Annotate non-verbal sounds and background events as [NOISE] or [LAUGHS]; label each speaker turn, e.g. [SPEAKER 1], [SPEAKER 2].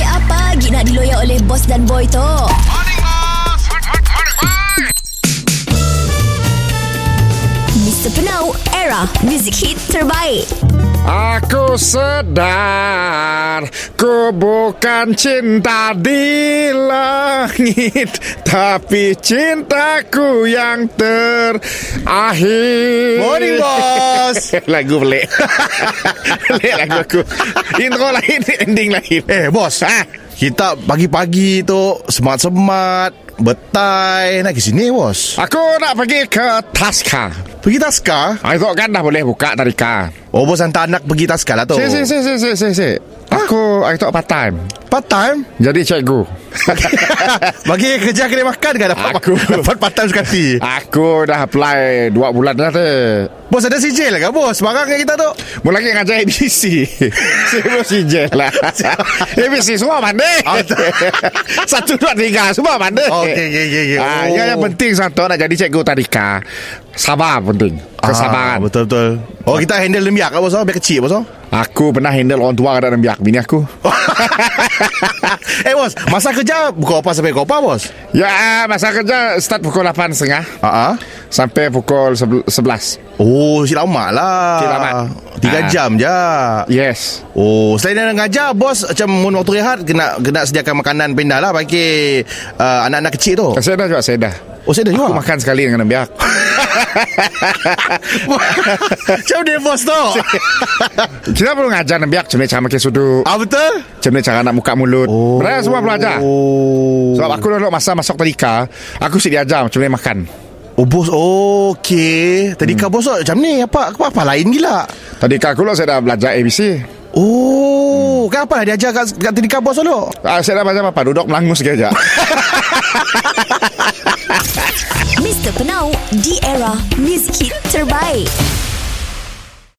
[SPEAKER 1] lagi nak diloyak oleh bos dan boy tu? Mr. Penau, era music hit terbaik.
[SPEAKER 2] Aku sedar Ku bukan cinta di langit Tapi cintaku yang terakhir
[SPEAKER 3] Morning, boss.
[SPEAKER 2] [LAUGHS] Lagu pelik Pelik lagu aku Intro lain Ending lain
[SPEAKER 3] Eh bos ha? Kita pagi-pagi tu Semat-semat Betai Nak ke sini bos
[SPEAKER 2] Aku nak pergi ke Taska
[SPEAKER 3] Pergi Taska
[SPEAKER 2] Ah, Esok kan dah boleh buka tarikan
[SPEAKER 3] Oh bos hantar anak pergi Taska lah tu
[SPEAKER 2] Si si si si si si si Aku Esok part time
[SPEAKER 3] Part time
[SPEAKER 2] Jadi cikgu
[SPEAKER 3] [LAUGHS] Bagi kerja kena makan kan Dapat,
[SPEAKER 2] Aku.
[SPEAKER 3] [LAUGHS] dapat part time sekali
[SPEAKER 2] Aku dah apply 2 bulan dah tu
[SPEAKER 3] Bos ada sijil ke bos Barangnya kita tu
[SPEAKER 2] Mula lagi ngajar [LAUGHS] ABC Sibuk sijil
[SPEAKER 3] [LAUGHS]
[SPEAKER 2] lah ABC semua pandai [LAUGHS] Satu dua tiga Semua pandai
[SPEAKER 3] Oh, Okey, okey, okey, okey.
[SPEAKER 2] Ah,
[SPEAKER 3] Oh.
[SPEAKER 2] yang, yang penting satu Nak jadi cikgu tadika Sabar penting Kesabaran
[SPEAKER 3] Ah, Betul-betul Oh kita handle lembiak ke bos oh? Biar kecil bos oh?
[SPEAKER 2] Aku pernah handle orang tua Kadang biak bini aku
[SPEAKER 3] [LAUGHS] Eh bos Masa kerja Buka apa sampai kopa bos
[SPEAKER 2] Ya masa kerja Start pukul 8.30
[SPEAKER 3] Ah, ah.
[SPEAKER 2] Sampai pukul sebel- 11
[SPEAKER 3] Oh si lama lah
[SPEAKER 2] Si lama.
[SPEAKER 3] Tiga
[SPEAKER 2] Ah.
[SPEAKER 3] jam je
[SPEAKER 2] Yes
[SPEAKER 3] Oh, selain dari ngajar, bos macam mun waktu rehat kena kena sediakan makanan pindah lah bagi uh, anak-anak kecil tu.
[SPEAKER 2] Saya dah juga saya dah
[SPEAKER 3] Oh, saya dah
[SPEAKER 2] Aku
[SPEAKER 3] juga.
[SPEAKER 2] makan sekali dengan biak
[SPEAKER 3] [LAUGHS] Macam dia bos
[SPEAKER 2] [LAUGHS]
[SPEAKER 3] tu.
[SPEAKER 2] Kita perlu ngajar biak Macam mana cara makan sudut
[SPEAKER 3] ah betul?
[SPEAKER 2] Macam mana cara nak buka mulut oh. Mereka semua perlu ajar
[SPEAKER 3] Oh.
[SPEAKER 2] Sebab aku dulu masa masuk tadika Aku sih diajar macam mana makan
[SPEAKER 3] Oh bos, oh,
[SPEAKER 2] Hmm.
[SPEAKER 3] okey. Tadi kau bos tu macam ni apa apa, apa lain gila.
[SPEAKER 2] Tadika aku dulu saya dah belajar ABC
[SPEAKER 3] Oh, hmm. kenapa lah diajar kat, kat tadi kau bos dulu?
[SPEAKER 2] ah, Saya dah belajar apa Duduk melangus sikit aja
[SPEAKER 1] Mr. Penau, di era music hit terbaik.